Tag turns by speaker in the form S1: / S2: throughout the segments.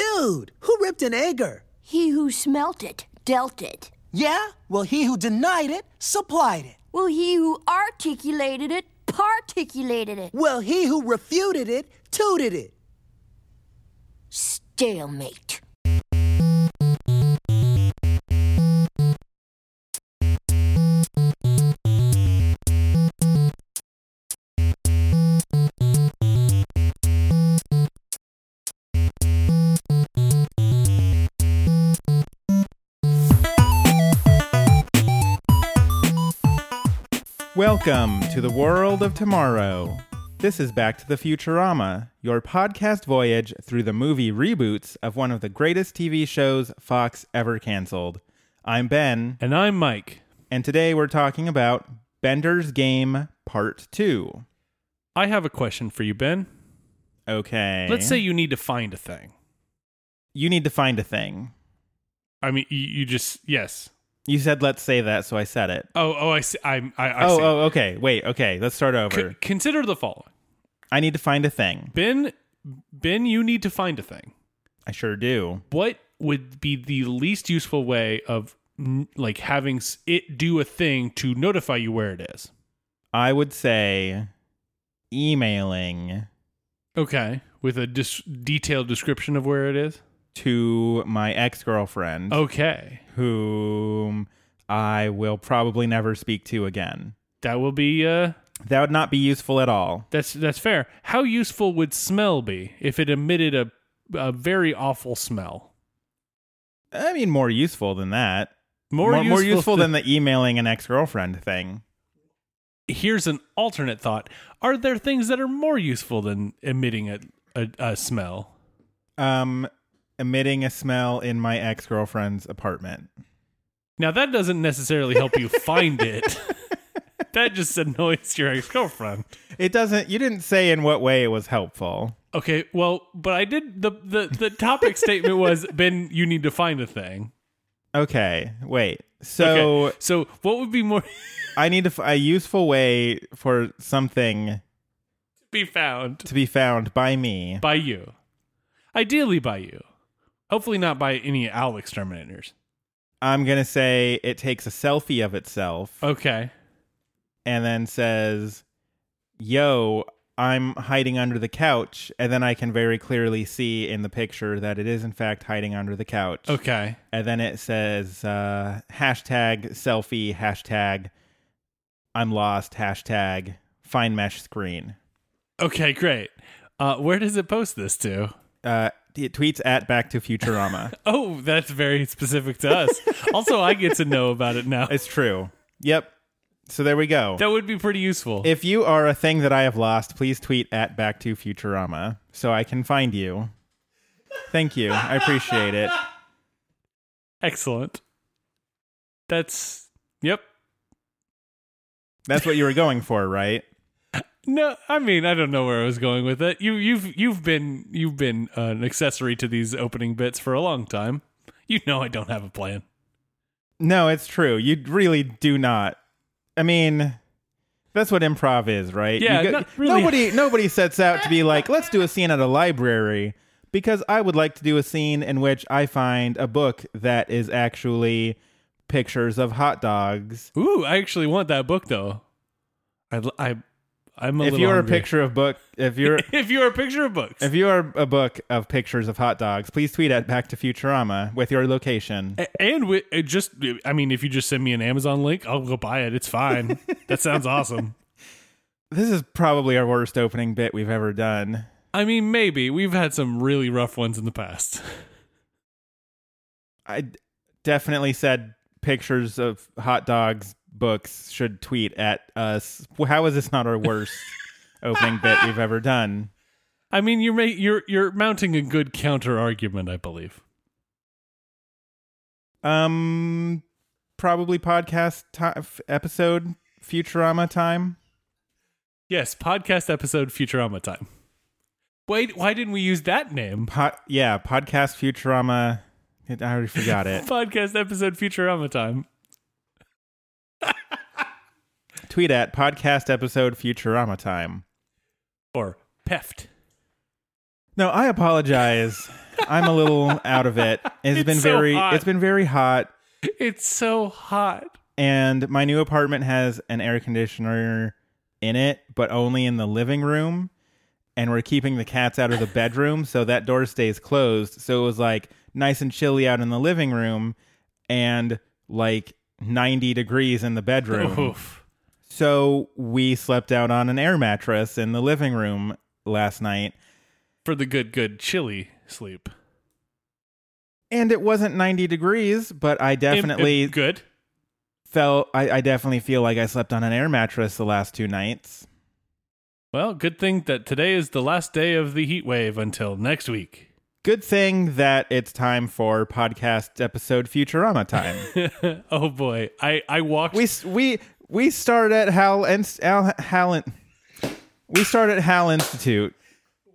S1: Dude, who ripped an egger?
S2: He who smelt it dealt it.
S1: Yeah? Well, he who denied it supplied it.
S2: Well, he who articulated it particulated it.
S1: Well, he who refuted it tooted it.
S2: Stalemate.
S3: Welcome to the world of tomorrow. This is Back to the Futurama, your podcast voyage through the movie reboots of one of the greatest TV shows Fox ever canceled. I'm Ben,
S4: And I'm Mike.
S3: and today we're talking about Bender's Game Part 2.
S4: I have a question for you, Ben.
S3: Okay.
S4: Let's say you need to find a thing.
S3: you need to find a thing.
S4: I mean, you, you just yes.
S3: You said let's say that, so I said it.
S4: Oh, oh, I see. I'm, I, I
S3: oh,
S4: see.
S3: oh, okay. Wait, okay. Let's start over.
S4: C- consider the following,
S3: I need to find a thing.
S4: Ben. Ben, you need to find a thing.
S3: I sure do.
S4: What would be the least useful way of n- like having s- it do a thing to notify you where it is?
S3: I would say emailing
S4: Okay, with a dis- detailed description of where it is.
S3: to my ex girlfriend,
S4: Oh. Okay,
S3: whom I will probably never speak to again.
S4: that will be. Uh,
S3: That would not be useful at all.
S4: that's that's fair. How useful would smell be if it emitted a a very awful smell?
S3: I mean, more useful than that.
S4: more,
S3: more,
S4: useful,
S3: than the emailing an ex girlfriend thing.
S4: here's an alternate thought are there things that are more useful than emitting a, a, a smell
S3: Um, emitting a smell in my ex girlfriend's apartment.
S4: now that doesn't necessarily help you find it that just annoys your ex-girlfriend
S3: It doesn't. You didn't say in what way it was helpful.
S4: okay well but i did the the, the topic statement was ben you need to find a thing
S3: Okay, wait. So
S4: okay. so what would be more to
S3: I need to f- a useful way for something
S4: be found
S3: to be found by me.
S4: by you ideally by you hopefully not by any owl exterminators
S3: I'm gonna say it takes a selfie of itself
S4: okay
S3: and then says, "Yo, I'm hiding under the couch," and then I can very clearly see in the picture that it is in fact hiding under the couch.
S4: okay
S3: And then it says uh, hashtag selfie hashtag I'm lost hashtag find mesh screen.
S4: okay great uh, where does it post this to
S3: Uh, it tweets at Back to Futurama.
S4: Oh, that's very specific to us. also, I get to know about it now.
S3: It's true. Yep. So there we go.
S4: That would be pretty useful.
S3: If you are a thing that I have lost, please tweet at Back to Futurama so I can find you. Thank you. I appreciate it.
S4: Excellent. That's yep.
S3: That's what you were going for, right?
S4: No, I mean I don't know where I was going with it. You you've you've been you've been uh, an accessory to these opening bits for a long time. You know I don't have a plan.
S3: No, it's true. You really do not. I mean, that's what improv is, right? You
S4: Yeah, not really.
S3: Nobody nobody sets out to be like, let's do a scene at a library because I would like to do a scene in which I find a book that is actually pictures of hot dogs.
S4: Ooh, I actually want that book though. I I I'm a
S3: If
S4: little
S3: you're
S4: hungry.
S3: a picture of book, if you're
S4: if you're a picture of books.
S3: If you are a book of pictures of hot dogs, please tweet at Back to Futurama with your location.
S4: A- And we, it just, I mean, if you just send me an Amazon link, I'll go buy it. It's fine. that sounds awesome.
S3: This is probably our worst opening bit we've ever done.
S4: I mean, maybe we've had some really rough ones in the past.
S3: I d- definitely said pictures of hot dogs books should tweet at us. Well, How is this not our worst opening bit we've ever done?
S4: I mean, you're ma- you're you're mounting a good counter argument, I believe.
S3: Um, probably podcast ti f- episode Futurama time.
S4: Yes, podcast episode Futurama time. Wait, why didn't we use that name?
S3: Po- yeah, podcast Futurama. It, I already forgot it.
S4: Podcast episode Futurama time.
S3: tweet at podcast episode Futurama time.
S4: Or PEFT.
S3: No, I apologize. I'm a little out of it. It's,
S4: It's
S3: been
S4: so
S3: very
S4: hot.
S3: it's been very hot
S4: It's so hot.
S3: and my new apartment has an air conditioner in it, but only in the living room. And we're keeping the cats out of the bedroom, so that door stays closed. So it was like nice and chilly out in the living room and like 90 degrees in the bedroom.
S4: Oof.
S3: So we slept out on an air mattress in the living room last night.
S4: For the good, good chilly sleep.
S3: And it wasn't 90 degrees, but I
S4: Im-
S3: definitely
S4: im- good.
S3: felt I, I definitely feel like I slept on an air mattress the last two nights.
S4: Well, good thing that today is the last day of the heat wave until next week.
S3: Good thing that it's time for podcast episode Futurama time.
S4: oh boy, I I walked.
S3: we s- we we start at Hal and Al, Hal in- we start at Hal Institute,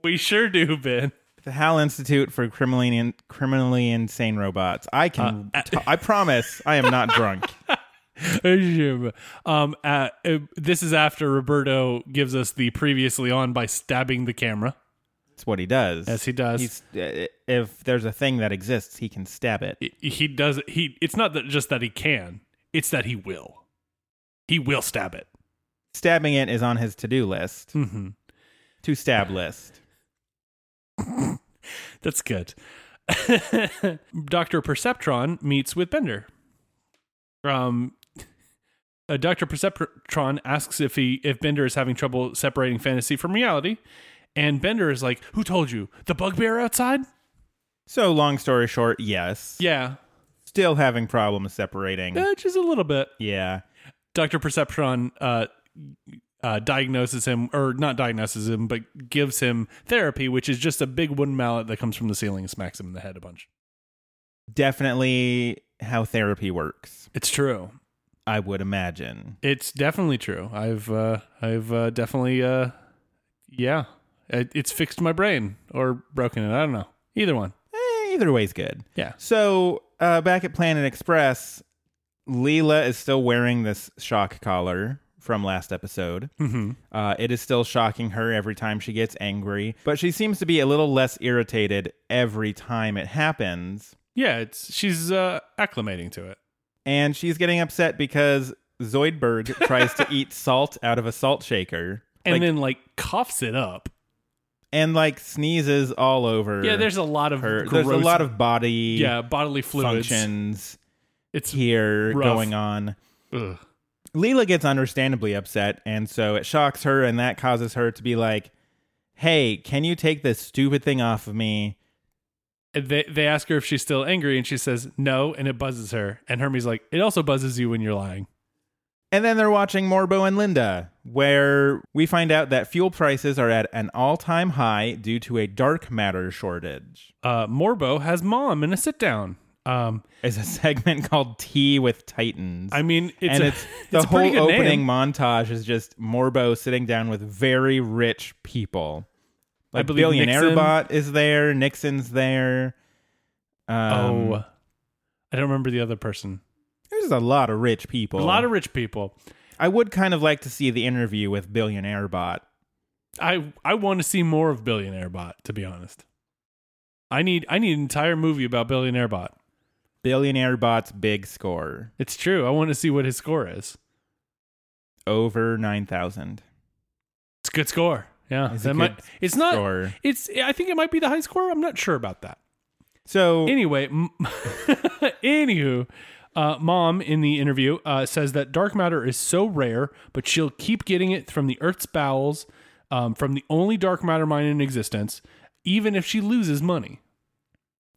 S4: we sure do, Ben.
S3: the Hal Institute for criminally in, criminally insane robots. I can
S4: Uh,
S3: t- I promise I am not drunk.
S4: um, uh, uh, this is after Roberto gives us the previously on by stabbing the camera.
S3: That's what he does.
S4: Yes, he does.
S3: He's, uh, if there's a thing that exists, he can stab it.
S4: He- He does. He. It's not that just that he can. It's that he will. He will stab it.
S3: Stabbing it is on his to-do list.
S4: Mm-hmm.
S3: To stab list.
S4: That's good. Dr. Perceptron meets with Bender. Um, uh, Dr. Perceptron asks if he if Bender is having trouble separating fantasy from reality, and Bender is like, "Who told you? The bugbear outside?"
S3: So long story short, yes.
S4: Yeah,
S3: Still having problems separating.
S4: eh, just a little bit.
S3: Yeah.
S4: Dr. Perceptron uh, uh, diagnoses him, or not diagnoses him, but gives him therapy, which is just a big wooden mallet that comes from the ceiling and smacks him in the head a bunch.
S3: Definitely how therapy works,
S4: It's true.
S3: I would imagine.
S4: It's definitely true. I've uh, I've uh, definitely uh, yeah, it, it's fixed my brain or broken it. I don't know. Either one.
S3: Eh, either way's good.
S4: Yeah.
S3: So uh, back at Planet Express, Leela is still wearing this shock collar from last episode. Mm-hmm. Uh, it is still shocking her every time she gets angry, but she seems to be a little less irritated every time it happens.
S4: Yeah, it's she's uh, acclimating to it.
S3: And she's getting upset because Zoidberg tries to eat salt out of a salt shaker.
S4: And
S3: like,
S4: then like coughs it up.
S3: and like sneezes all over.
S4: Yeah, there's a lot of
S3: her.
S4: gross,
S3: There's a lot of body
S4: yeah bodily fluids.
S3: functions
S4: It's
S3: here
S4: rough.
S3: going on.
S4: ugh.
S3: Leela gets understandably upset, and so it shocks her, and that causes her to be like, "Hey, can you take this stupid thing off of me?"
S4: And they they ask her if she's still angry, and she says no, and it buzzes her. And Hermes like, it also buzzes you when you're lying.
S3: And then they're watching Morbo and Linda, where we find out that fuel prices are at an all-time high due to a dark matter shortage.
S4: Uh, Morbo has mom in a sit down. Um,
S3: Is a segment called "Tea with Titans."
S4: I mean, it's
S3: and
S4: a,
S3: it's the
S4: it's a pretty
S3: whole
S4: good name.
S3: opening montage is just Morbo sitting down with very rich people. Like
S4: believe
S3: billionaire
S4: Nixon-
S3: bot is there, Nixon's there. Um,
S4: Oh, I don't remember the other person.
S3: there's a lot of rich people.
S4: A lot of rich people.
S3: I would kind of like to see the interview with billionaire bot.
S4: I I want to see more of Billionaire Bot. To be honest, I need I need an entire movie about Billionaire Bot.
S3: Billionaire bot's big score
S4: It's true. I want to see what his score is.
S3: over nine thousand.
S4: It's a good score. Yeah,
S3: It's a
S4: that might.
S3: good
S4: It's not.
S3: score.
S4: It's. I think it might be the high score. I'm not sure about that.
S3: So
S4: Anyway, m- anywho, uh, mom in the interview uh, says that dark matter is so rare, but she'll keep getting it from the Earth's bowels, um, from the only dark matter mine in existence, even if she loses money.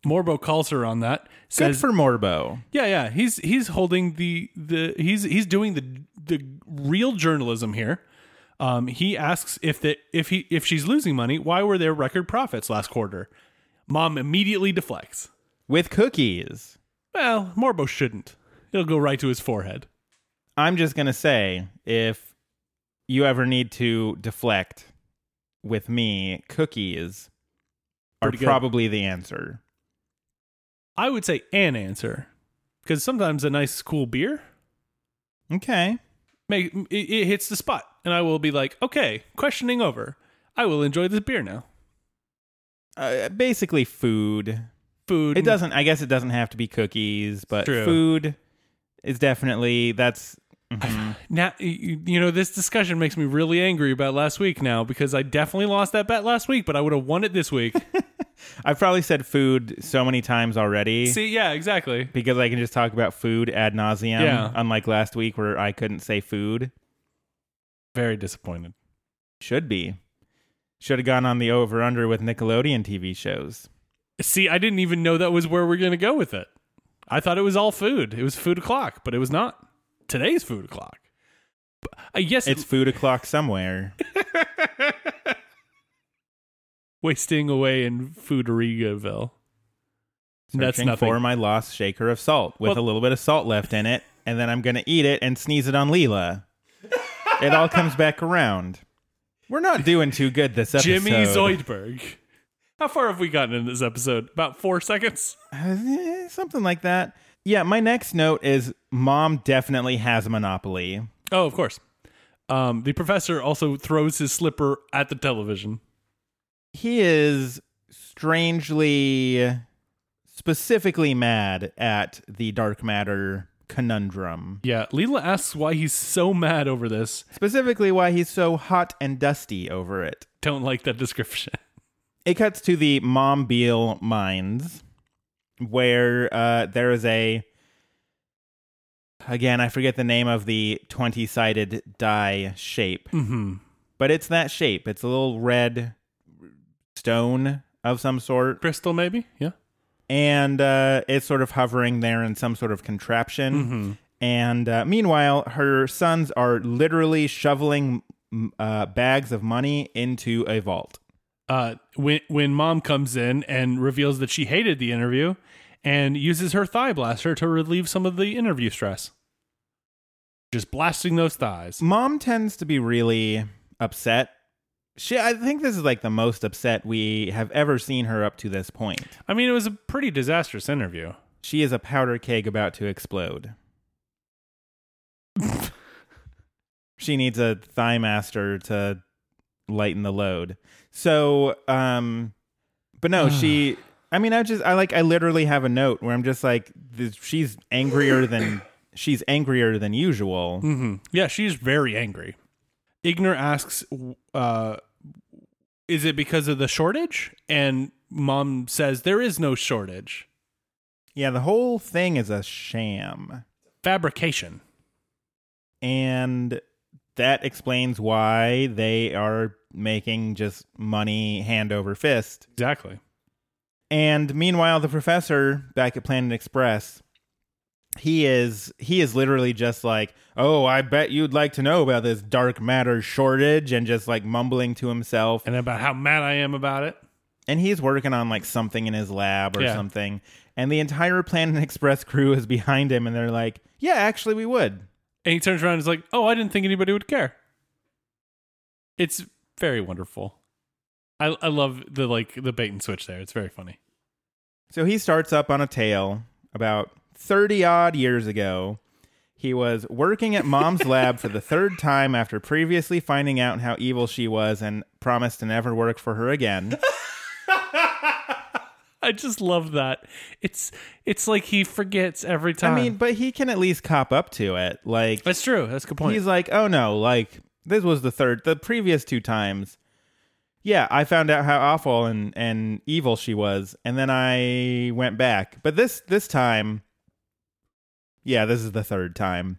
S4: Morbo calls her on that.
S3: good
S4: Says,
S3: for Morbo.
S4: "Yeah, yeah, he's he's holding the the he's he's doing the the real journalism here." Um, he asks if that if he if she's losing money, why were there record profits last quarter? Mom immediately deflects.
S3: With cookies.
S4: Well, Morbo shouldn't. It'll go right to his forehead.
S3: I'm just gonna say, if you ever need to deflect with me, cookies are
S4: Pretty good.
S3: probably the answer.
S4: I would say an answer, because sometimes a nice, cool beer
S3: Okay.
S4: make it, it hits the spot, and I will be like, okay, questioning over. I will enjoy this beer now.
S3: uh, basically food.
S4: Food.
S3: It doesn't. I guess it doesn't have to be cookies, but
S4: True.
S3: food is definitely that's.
S4: Now, you you know, this discussion makes me really angry about last week now because I definitely lost that bet last week, but I would have won it this week.
S3: I've probably said food so many times already
S4: See, yeah, exactly.
S3: because I can just talk about food ad nauseum.
S4: Yeah.
S3: Unlike last week where I couldn't say food.
S4: Very disappointed.
S3: Should be. Should have gone on the over under with Nickelodeon TV shows.
S4: See, I didn't even know that was where we're going to go with it. I thought it was all food. It was food o'clock, but it was not. Today's food o'clock. But, uh, yes,
S3: It's
S4: it's
S3: food o'clock somewhere.
S4: wasting away in Fooderigoville. That's
S3: Searching
S4: nothing.
S3: for my lost shaker of salt with a little bit of salt left in it, and then I'm gonna eat it and sneeze it on Leela. it all comes back around. We're not doing too good this episode.
S4: Jimmy Zoidberg. How far have we gotten in this episode? About four seconds?
S3: Eh, something like that. Yeah, my next note is mom definitely has a monopoly.
S4: Oh, of course. Um, the professor also throws his slipper at the television.
S3: He is strangely specifically mad at the dark matter conundrum.
S4: Yeah, Leela asks why he's so mad over this.
S3: Specifically why he's so hot and dusty over it.
S4: Don't like that description.
S3: It cuts to the Mom Beale mines, where uh, there is a. Again, I forget the name of the 20 sided die shape,
S4: Mm-hmm.
S3: but it's that shape. It's a little red stone of some sort,
S4: Crystal, maybe? Yeah.
S3: and uh, it's sort of hovering there in some sort of contraption. And uh, meanwhile, her sons are literally shoveling m- uh, bags of money into a vault.
S4: Uh, when when mom comes in and reveals that she hated the interview, and uses her thigh blaster to relieve some of the interview stress, just blasting those thighs.
S3: mom tends to be really upset. She, I think this is like the most upset we have ever seen her up to this point.
S4: I mean, it was a pretty disastrous interview.
S3: She is a powder keg about to explode. she needs a thigh master to lighten the load. So, um, but no, she. I mean, I just, I like, I literally have a note where I'm just like, this, she's angrier than she's angrier than usual.
S4: Mm-hmm. Yeah, she's very angry. Igner asks, uh, "Is it because of the shortage?" And mom says, "There is no shortage.
S3: Yeah, the whole thing is a sham.
S4: Fabrication."
S3: and that explains why they are making just money hand over fist.
S4: Exactly.
S3: And meanwhile, the professor back at Planet Express, he is he is literally just like, "Oh, I bet you'd like to know about this dark matter shortage," and just like mumbling to himself.
S4: And about how mad I am about it.
S3: And he's working on like something in his lab or
S4: Yeah.
S3: something. And the entire Planet Express crew is behind him, and they're like, "Yeah, actually, we would."
S4: And he turns around and is like, "Oh, I didn't think anybody would care." It's very wonderful. I I love the like the bait and switch there. It's very funny.
S3: So he starts up on a tale about 30 odd years ago. He was working at mom's lab for the third time after previously finding out how evil she was and promised to never work for her again.
S4: I just love that. It's it's like he forgets every
S3: I
S4: time.
S3: mean, but he can at least cop up to it. Like,
S4: that's true. That's a good point.
S3: he's like, oh no, like, this was the third, the previous two times. Yeah, I found out how awful and, and evil she was, and then I went back. But this this time, yeah, this is the third time.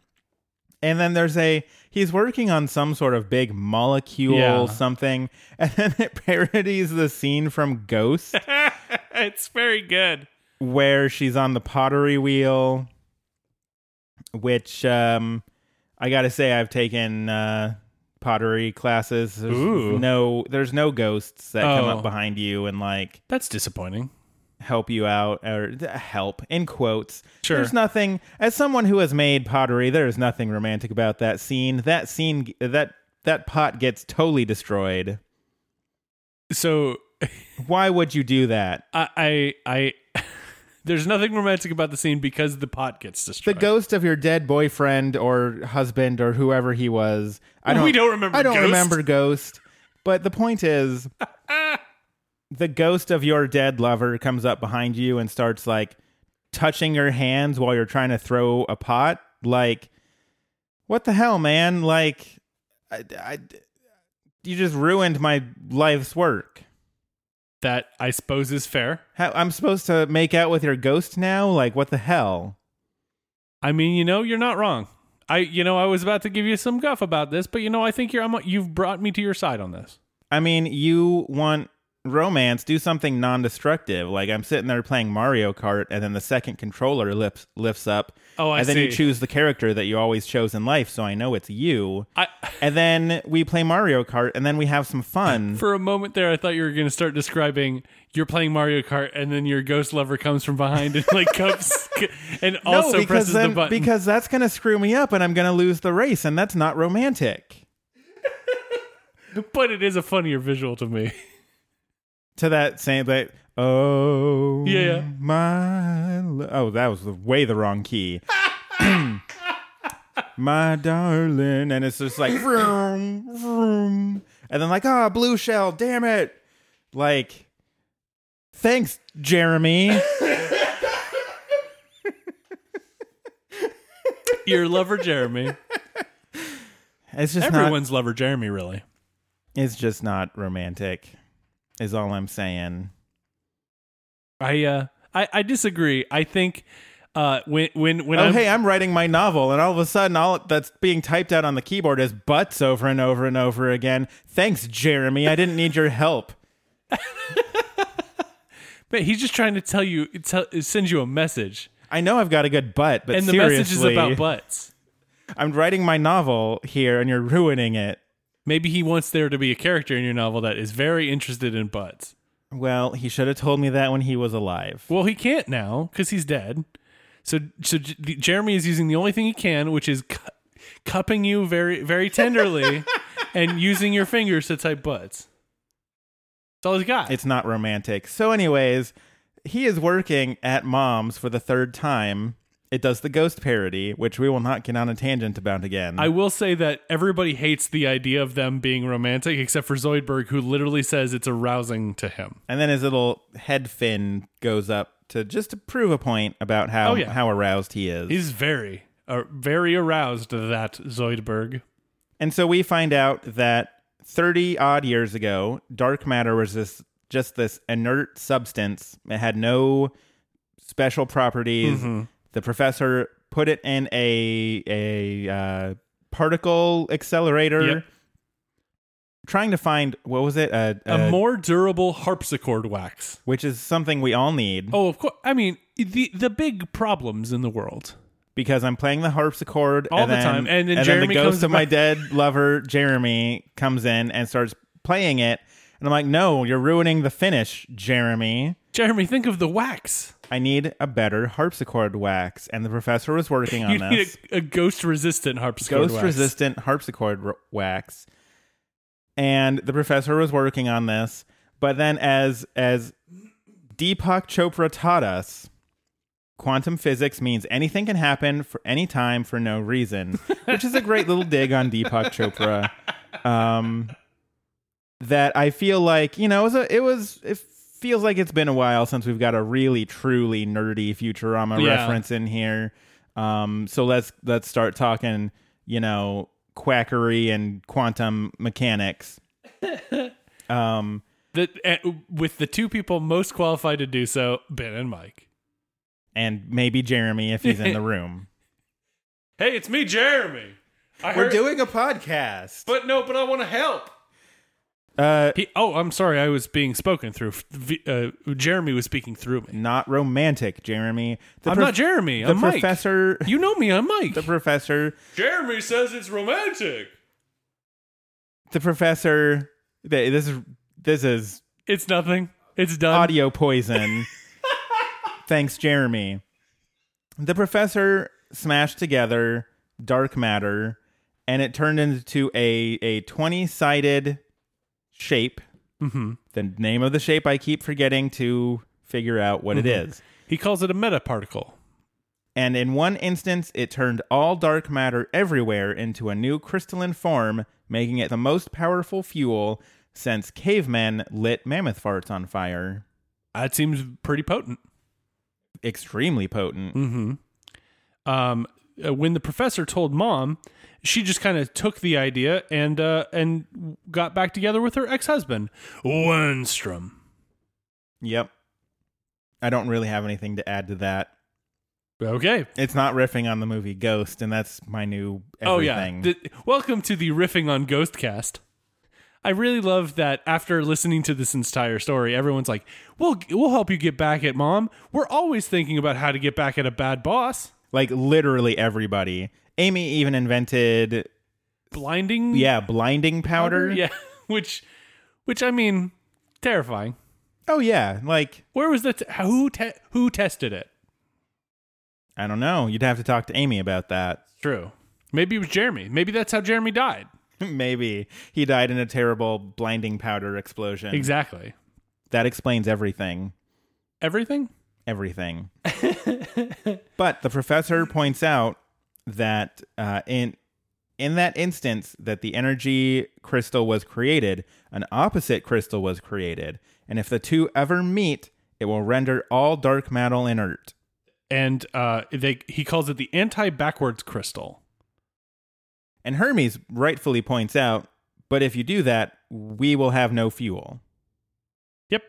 S3: And then there's a he's working on some sort of big molecule
S4: Yeah.
S3: something, and then it parodies the scene from Ghost
S4: it's very good.
S3: where she's on the pottery wheel, which um, I gotta say I've taken uh, pottery classes. There's
S4: Ooh.
S3: no, there's no ghosts that come
S4: Oh.
S3: up behind you and like
S4: That's disappointing.
S3: help you out or th- help in quotes.
S4: Sure.
S3: There's nothing. As someone who has made pottery, there is nothing romantic about that scene. That scene that that pot gets totally destroyed.
S4: So
S3: Why would you do that?
S4: I I, I there's nothing romantic about the scene because the pot gets
S3: the
S4: destroyed.
S3: ghost of your dead boyfriend or husband or whoever he was. I don't.
S4: We don't remember
S3: I don't
S4: Ghost.
S3: remember ghost. But the point is, the ghost of your dead lover comes up behind you and starts like touching your hands while you're trying to throw a pot like what the hell man like I, I- you just ruined my life's work
S4: That I suppose is fair.
S3: How, i'm supposed to make out with your ghost now like what the hell
S4: I mean, you know, you're not wrong. I, you know, I was about to give you some guff about this, but you know, I think you're, I'm, you've brought me to your side on this.
S3: i mean you want romance do something non-destructive like i'm sitting there playing mario kart and then the second controller lifts lifts up
S4: Oh, I
S3: and then you
S4: see.
S3: choose the character that you always chose in life so i know it's you
S4: I,
S3: and then we play Mario Kart, and then we have some fun.
S4: for a moment there, I thought you were going to start describing you're playing Mario Kart, and then your ghost lover comes from behind and like cups and also presses
S3: then,
S4: the button.
S3: because that's gonna screw me up, and I'm gonna lose the race, and that's not romantic.
S4: but it is a funnier visual to me.
S3: To that same, but oh
S4: Yeah.
S3: my lo- oh that was the way the wrong key. my darling, and it's just like vroom vroom, and then like ah blue shell, damn it, like thanks Jeremy.
S4: Your lover Jeremy,
S3: It's just not
S4: everyone's lover Jeremy, really.
S3: It's just not romantic, is all I'm saying.
S4: I, uh, I, I disagree. I think uh, when when when
S3: oh,
S4: I'm,
S3: hey, I'm writing my novel, and all of a sudden, all that's being typed out on the keyboard is butts over and over and over again. Thanks, Jeremy. I didn't need your help.
S4: but he's just trying to tell you, tell, send you a message,
S3: I know I've got a good butt, but
S4: and the
S3: seriously,
S4: message is about butts.
S3: I'm writing my novel here, and you're ruining it.
S4: Maybe he wants there to be a character in your novel that is very interested in butts.
S3: Well, he should have told me that when he was alive.
S4: Well, he can't now because he's dead. So, so J- the- Jeremy is using the only thing he can, which is cu- cupping you very, very tenderly, and using your fingers to type butts. That's all he's got.
S3: It's not romantic. So, anyways, he is working at mom's for the third time. It does the ghost parody, which we will not get on a tangent about again.
S4: I will say that everybody hates the idea of them being romantic, except for Zoidberg, who literally says it's arousing to him.
S3: And then his little head fin goes up to just to prove a point about how
S4: Oh, yeah.
S3: how aroused he is.
S4: He's very, uh, very aroused to that Zoidberg.
S3: and so we find out that 30 odd years ago, dark matter was this just this inert substance. It had no special properties.
S4: Mm-hmm.
S3: The professor put it in a a uh, particle accelerator
S4: Yep.
S3: trying to find what was it? A,
S4: a
S3: a-
S4: more durable harpsichord wax.
S3: which is something we all need.
S4: Oh, of course. I mean, the the big problems in the world.
S3: because I'm playing the harpsichord
S4: All
S3: and
S4: the
S3: then,
S4: time. And then
S3: the
S4: Jeremy
S3: ghost
S4: comes
S3: of my
S4: back.
S3: dead lover Jeremy comes in and starts playing it, and I'm like, "No, you're ruining the finish, Jeremy.
S4: Jeremy, think of the wax.
S3: I need a better harpsichord wax." And the professor was working on
S4: You need
S3: this
S4: a, a ghost resistant harpsichord
S3: ghost
S4: wax.
S3: resistant harpsichord r- wax, and the professor was working on this. But then, as as Deepak Chopra taught us. Quantum physics means anything can happen for any time for no reason, which is a great little dig on Deepak Chopra. Um, that I feel like you know it was a, it was it feels like it's been a while since we've got a really truly nerdy Futurama
S4: Yeah.
S3: reference in here. Um, so let's let's start talking you know quackery and quantum mechanics. um,
S4: That, uh, with the two people most qualified to do so, Ben and Mike.
S3: and maybe Jeremy if he's in the room.
S4: Hey, it's me, Jeremy. I heard,
S3: a podcast.
S4: but no, but I want to help.
S3: Uh,
S4: He, oh, I'm sorry, I was being spoken through. F- v- Uh, Jeremy was speaking through me.
S3: not romantic, Jeremy. The
S4: I'm
S3: prof-
S4: not Jeremy.
S3: The
S4: I'm Mike.
S3: professor.
S4: You know me. I'm Mike.
S3: The professor.
S4: Jeremy says it's romantic.
S3: The professor. th- This is this is
S4: It's nothing. It's done.
S3: audio poison. Thanks, Jeremy. The professor smashed together dark matter, and it turned into a a twenty sided shape. Mm-hmm. The name of the shape I keep forgetting to figure out what it
S4: Mm-hmm.
S3: is.
S4: He calls it a metaparticle.
S3: and in one instance, it turned all dark matter everywhere into a new crystalline form, making it the most powerful fuel since cavemen lit mammoth farts on fire.
S4: That seems pretty potent.
S3: Extremely potent.
S4: Mm-hmm. Um, uh, when the professor told mom, she just kind of took the idea and uh, and got back together with her ex husband, Wenstrom.
S3: Yep. I don't really have anything to add to that.
S4: Okay.
S3: It's not riffing on the movie Ghost, and that's my new everything.
S4: Oh yeah. The- welcome to the riffing on Ghostcast. I really love that after listening to this entire story, everyone's like, "We'll we'll help you get back at mom. We're always thinking about how to get back at a bad boss."
S3: like literally everybody. Amy even invented
S4: Blinding
S3: yeah, blinding powder.
S4: Yeah, which, which I mean, terrifying.
S3: Oh yeah, like
S4: Where was the t- who te- who tested it?
S3: I don't know. You'd have to talk to Amy about that.
S4: True. Maybe it was Jeremy. Maybe that's how Jeremy died.
S3: Maybe he died in a terrible blinding powder explosion.
S4: Exactly.
S3: That explains everything.
S4: Everything.
S3: Everything. but the professor points out that uh, in in that instance that the energy crystal was created, an opposite crystal was created, and if the two ever meet, it will render all dark matter inert.
S4: And uh, they he calls it the anti-backwards crystal.
S3: And Hermes rightfully points out, but if you do that, we will have no fuel.
S4: Yep.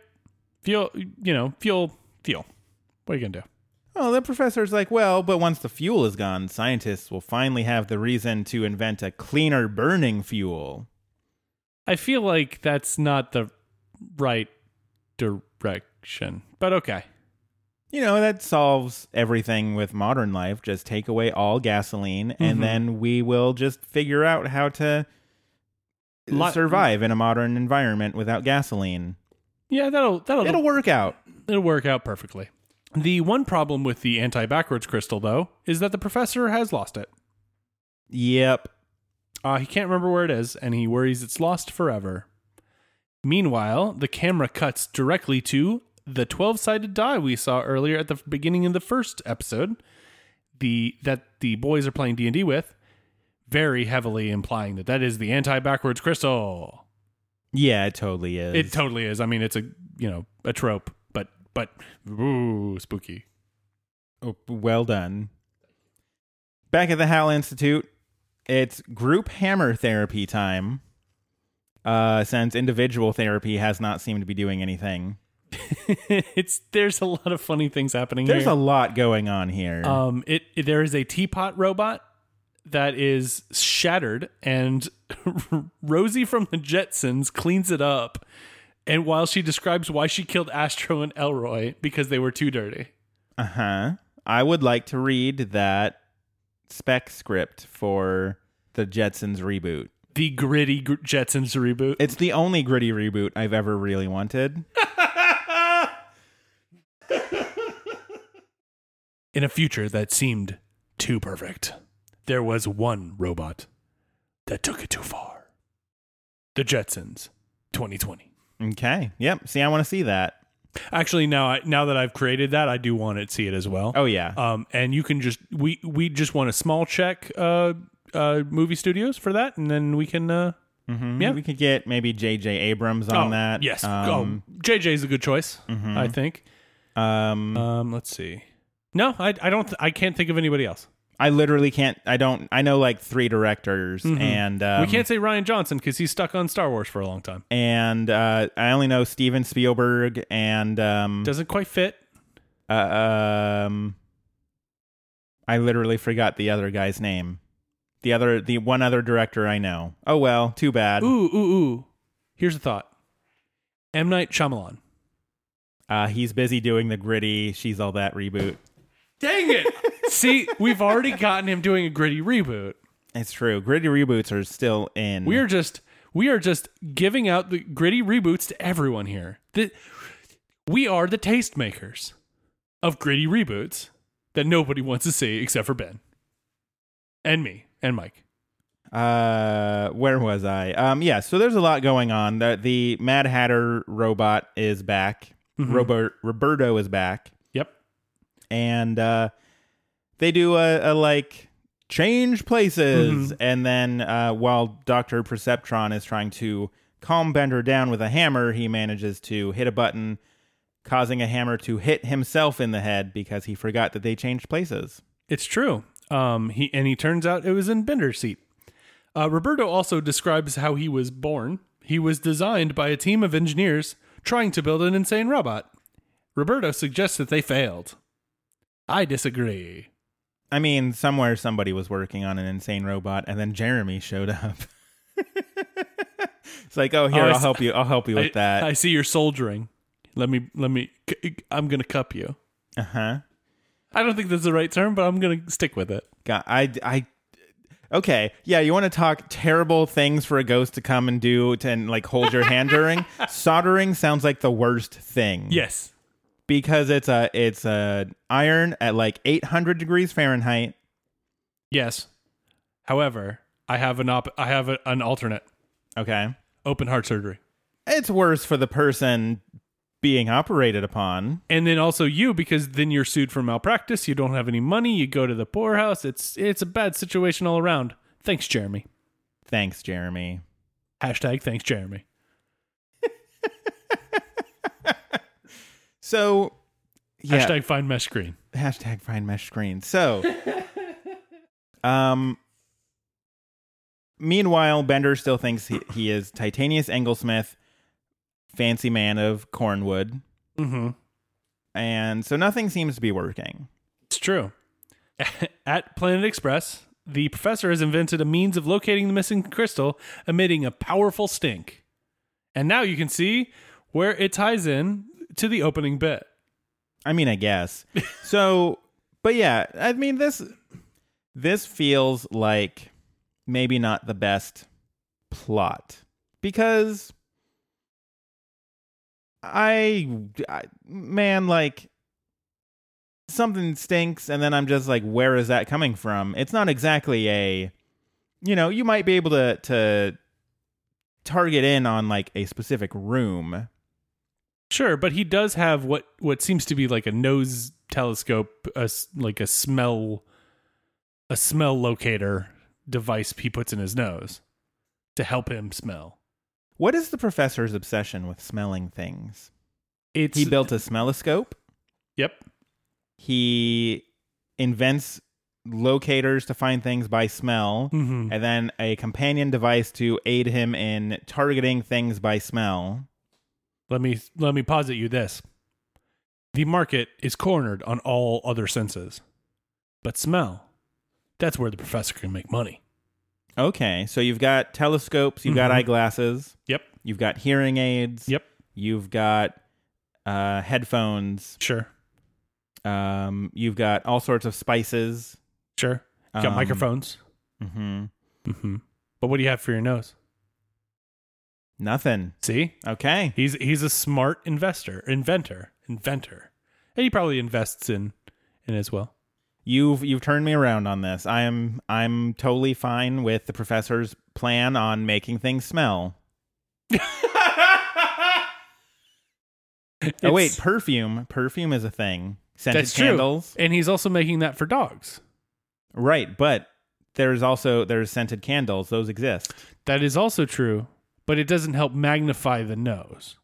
S4: Feel you know feel feel. What are you gonna do?
S3: Oh, the professor's like, well, but once the fuel is gone, scientists will finally have the reason to invent a cleaner burning fuel.
S4: I feel like that's not the right direction, but okay.
S3: You know, that solves everything with modern life. Just take away all gasoline,
S4: Mm-hmm.
S3: and then we will just figure out how to
S4: Li-
S3: survive in a modern environment without gasoline.
S4: Yeah, that'll that'll
S3: It'll work out.
S4: It'll work out perfectly. The one problem with the anti backwards crystal, though, is that the professor has lost it.
S3: Yep.
S4: Uh, he can't remember where it is, and he worries it's lost forever. Meanwhile, the camera cuts directly to the 12 sided die we saw earlier at the f- beginning of the first episode the that the boys are playing D&D with, very heavily implying that that is the anti backwards crystal.
S3: Yeah, it totally is.
S4: It totally is. I mean, it's a, you know, a trope, but but ooh, spooky.
S3: Oh, well done. Back at the Hal Institute, it's group hammer therapy time. Uh, since individual therapy has not seemed to be doing anything,
S4: it's there's a lot of funny things happening
S3: there's a
S4: here.
S3: lot going on here.
S4: um it, it- there is a teapot robot that is shattered and Rosie from the Jetsons cleans it up and while she describes why she killed Astro and Elroy because they were too dirty.
S3: uh huh. I would like to read that spec script for the Jetsons reboot.
S4: The gritty gr- Jetsons reboot.
S3: It's the only gritty reboot I've ever really wanted.
S4: In a future that seemed too perfect, there was one robot that took it too far. The Jetsons 2020.
S3: okay. Yep. See, I want to see that.
S4: Actually, now I, now that I've created that, I do want to see it as well.
S3: Oh yeah.
S4: Um, and you can just we we just want a small check, uh, uh, movie studios for that, and then we can. Uh,
S3: Mhm.
S4: yeah.
S3: We could get maybe J.J. Abrams on
S4: oh,
S3: that.
S4: yes.
S3: Um, Mm-hmm.
S4: oh, JJ's a good choice, I think.
S3: um,
S4: Um, let's see. No, I I don't th- I can't think of anybody else.
S3: I literally can't. I don't. I know like three directors, and um,
S4: Mm-hmm. we can't say Ryan Johnson because he's stuck on Star Wars for a long time.
S3: And uh, I only know Steven Spielberg and um,
S4: Doesn't quite fit.
S3: uh, um. I literally forgot the other guy's name. The other, the one other director I know. Oh well, too bad.
S4: Ooh ooh ooh. Here's a thought. M Night Shyamalan.
S3: Uh, he's busy doing the gritty. She's all that reboot.
S4: Dang it! See, we've already gotten him doing a gritty reboot.
S3: It's true. Gritty reboots are still in.
S4: We are just we are just giving out the gritty reboots to everyone here. The, we are the tastemakers of gritty reboots that nobody wants to see except for Ben and me and Mike.
S3: Uh, where was I? Um, yeah. So there's a lot going on. The, the Mad Hatter robot is back. Robert Roberto is back,
S4: Yep.
S3: and uh, they do a, a like change places, and then uh, while Doctor Perceptron is trying to calm Bender down with a hammer, he manages to hit a button, causing a hammer to hit himself in the head because he forgot that they changed places.
S4: It's true. Um, he and he turns out it was in Bender's seat. Uh, Roberto also describes how he was born. He was designed by a team of engineers trying to build an insane robot. Roberto suggests that they failed. I disagree.
S3: I mean, somewhere somebody was working on an insane robot, and then Jeremy showed up. it's like, oh, here,
S4: Oh, I
S3: I'll
S4: s-
S3: help you. I'll help you with
S4: I,
S3: that.
S4: I see you're soldiering. Let me let me. c- I'm gonna cup you.
S3: uh huh.
S4: I don't think that's the right term, but I'm gonna stick with it.
S3: God, I, I, okay, yeah. You want to talk terrible things for a ghost to come and do to, and like hold your hand during soldering sounds like the worst thing.
S4: Yes.
S3: because it's a it's a iron at like 800 degrees Fahrenheit.
S4: Yes. However, I have an op- I have a, an alternate.
S3: Okay,
S4: Open heart surgery.
S3: it's worse for the person being operated upon.
S4: and then also you because then you're sued for malpractice you don't have any money you go to the poorhouse it's it's a bad situation all around thanks jeremy
S3: Thanks, Jeremy.
S4: hashtag thanks jeremy
S3: So, yeah.
S4: hashtag find mesh screen
S3: hashtag find mesh screen. So, um, meanwhile, Bender still thinks he, he is Titanius Engelsmith, fancy man of Cornwood,
S4: mm-hmm
S3: and so nothing seems to be working.
S4: it's true at planet express the professor has invented a means of locating the missing crystal emitting a powerful stink and now you can see where it ties in to the opening bit
S3: I mean, I guess. so, but yeah, I mean this this feels like maybe not the best plot because I, I man like something stinks and then I'm just like where is that coming from? It's not exactly a you know, you might be able to to target in on like a specific room.
S4: Sure, but he does have what what seems to be like a nose telescope, a s like a smell, a smell locator device he puts in his nose to help him smell.
S3: What is the professor's obsession with smelling things?
S4: It's
S3: He built a smelloscope.
S4: Yep,
S3: He invents locators to find things by smell,
S4: Mm-hmm.
S3: and then a companion device to aid him in targeting things by smell.
S4: let me let me posit you this: the market is cornered on all other senses, but smell. That's where the professor can make money.
S3: Okay, so you've got telescopes, you've got eyeglasses,
S4: Yep.
S3: you've got hearing aids,
S4: Mm-hmm. Yep.
S3: you've got uh, headphones,
S4: Sure.
S3: um, you've got all sorts of spices.
S4: Sure. You got
S3: Um,
S4: microphones.
S3: hmm
S4: Mm-hmm. But what do you have for your nose?
S3: Nothing.
S4: See,
S3: Okay.
S4: He's he's a smart investor, inventor, inventor, and he probably invests in in as well.
S3: You've you've turned me around on this. I am I'm totally fine with the professor's plan on making things smell. oh wait,
S4: It's-
S3: perfume. Perfume is a thing. Scented
S4: that's
S3: candles.
S4: true, and he's also making that for dogs.
S3: Right, but there's also there's scented candles. Those exist.
S4: That is also true, but it doesn't help magnify the nose.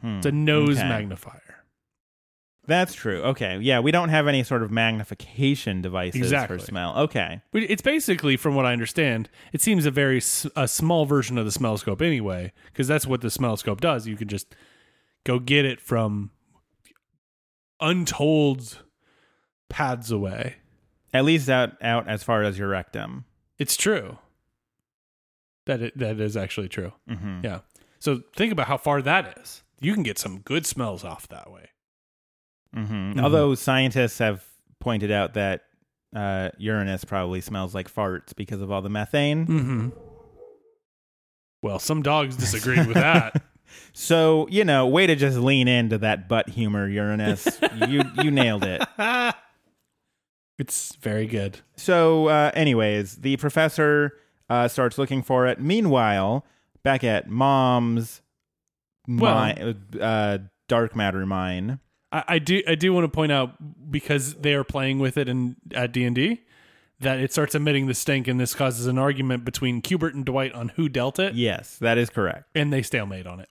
S3: Hmm,
S4: It's a nose
S3: okay.
S4: magnifier.
S3: That's true. Okay. Yeah, we don't have any sort of magnification devices
S4: Exactly.
S3: for smell. Okay.
S4: But It's basically, from what I understand, it seems a very s- a small version of the smellscope anyway, because that's what the smellscope does. You can just go get it from untold paths away.
S3: At least out out as far as your rectum.
S4: It's true. That it, that is actually true.
S3: hmm
S4: Yeah. So think about how far that is. You can get some good smells off that way.
S3: hmm Although scientists have pointed out that uh, Uranus probably smells like farts because of all the methane.
S4: Mm-hmm. Well, some dogs disagreed with that.
S3: So you know, way to just lean into that butt humor, Uranus. you you nailed it.
S4: It's very good.
S3: So, uh, anyways, the professor uh, starts looking for it. Meanwhile, back at mom's mine, uh, dark matter mine.
S4: I, I do I do want to point out because they are playing with it in at D and D that it starts emitting the stink, and this causes an argument between Kubert and Dwight on who dealt it,
S3: Yes, that is correct.
S4: and they stalemate on it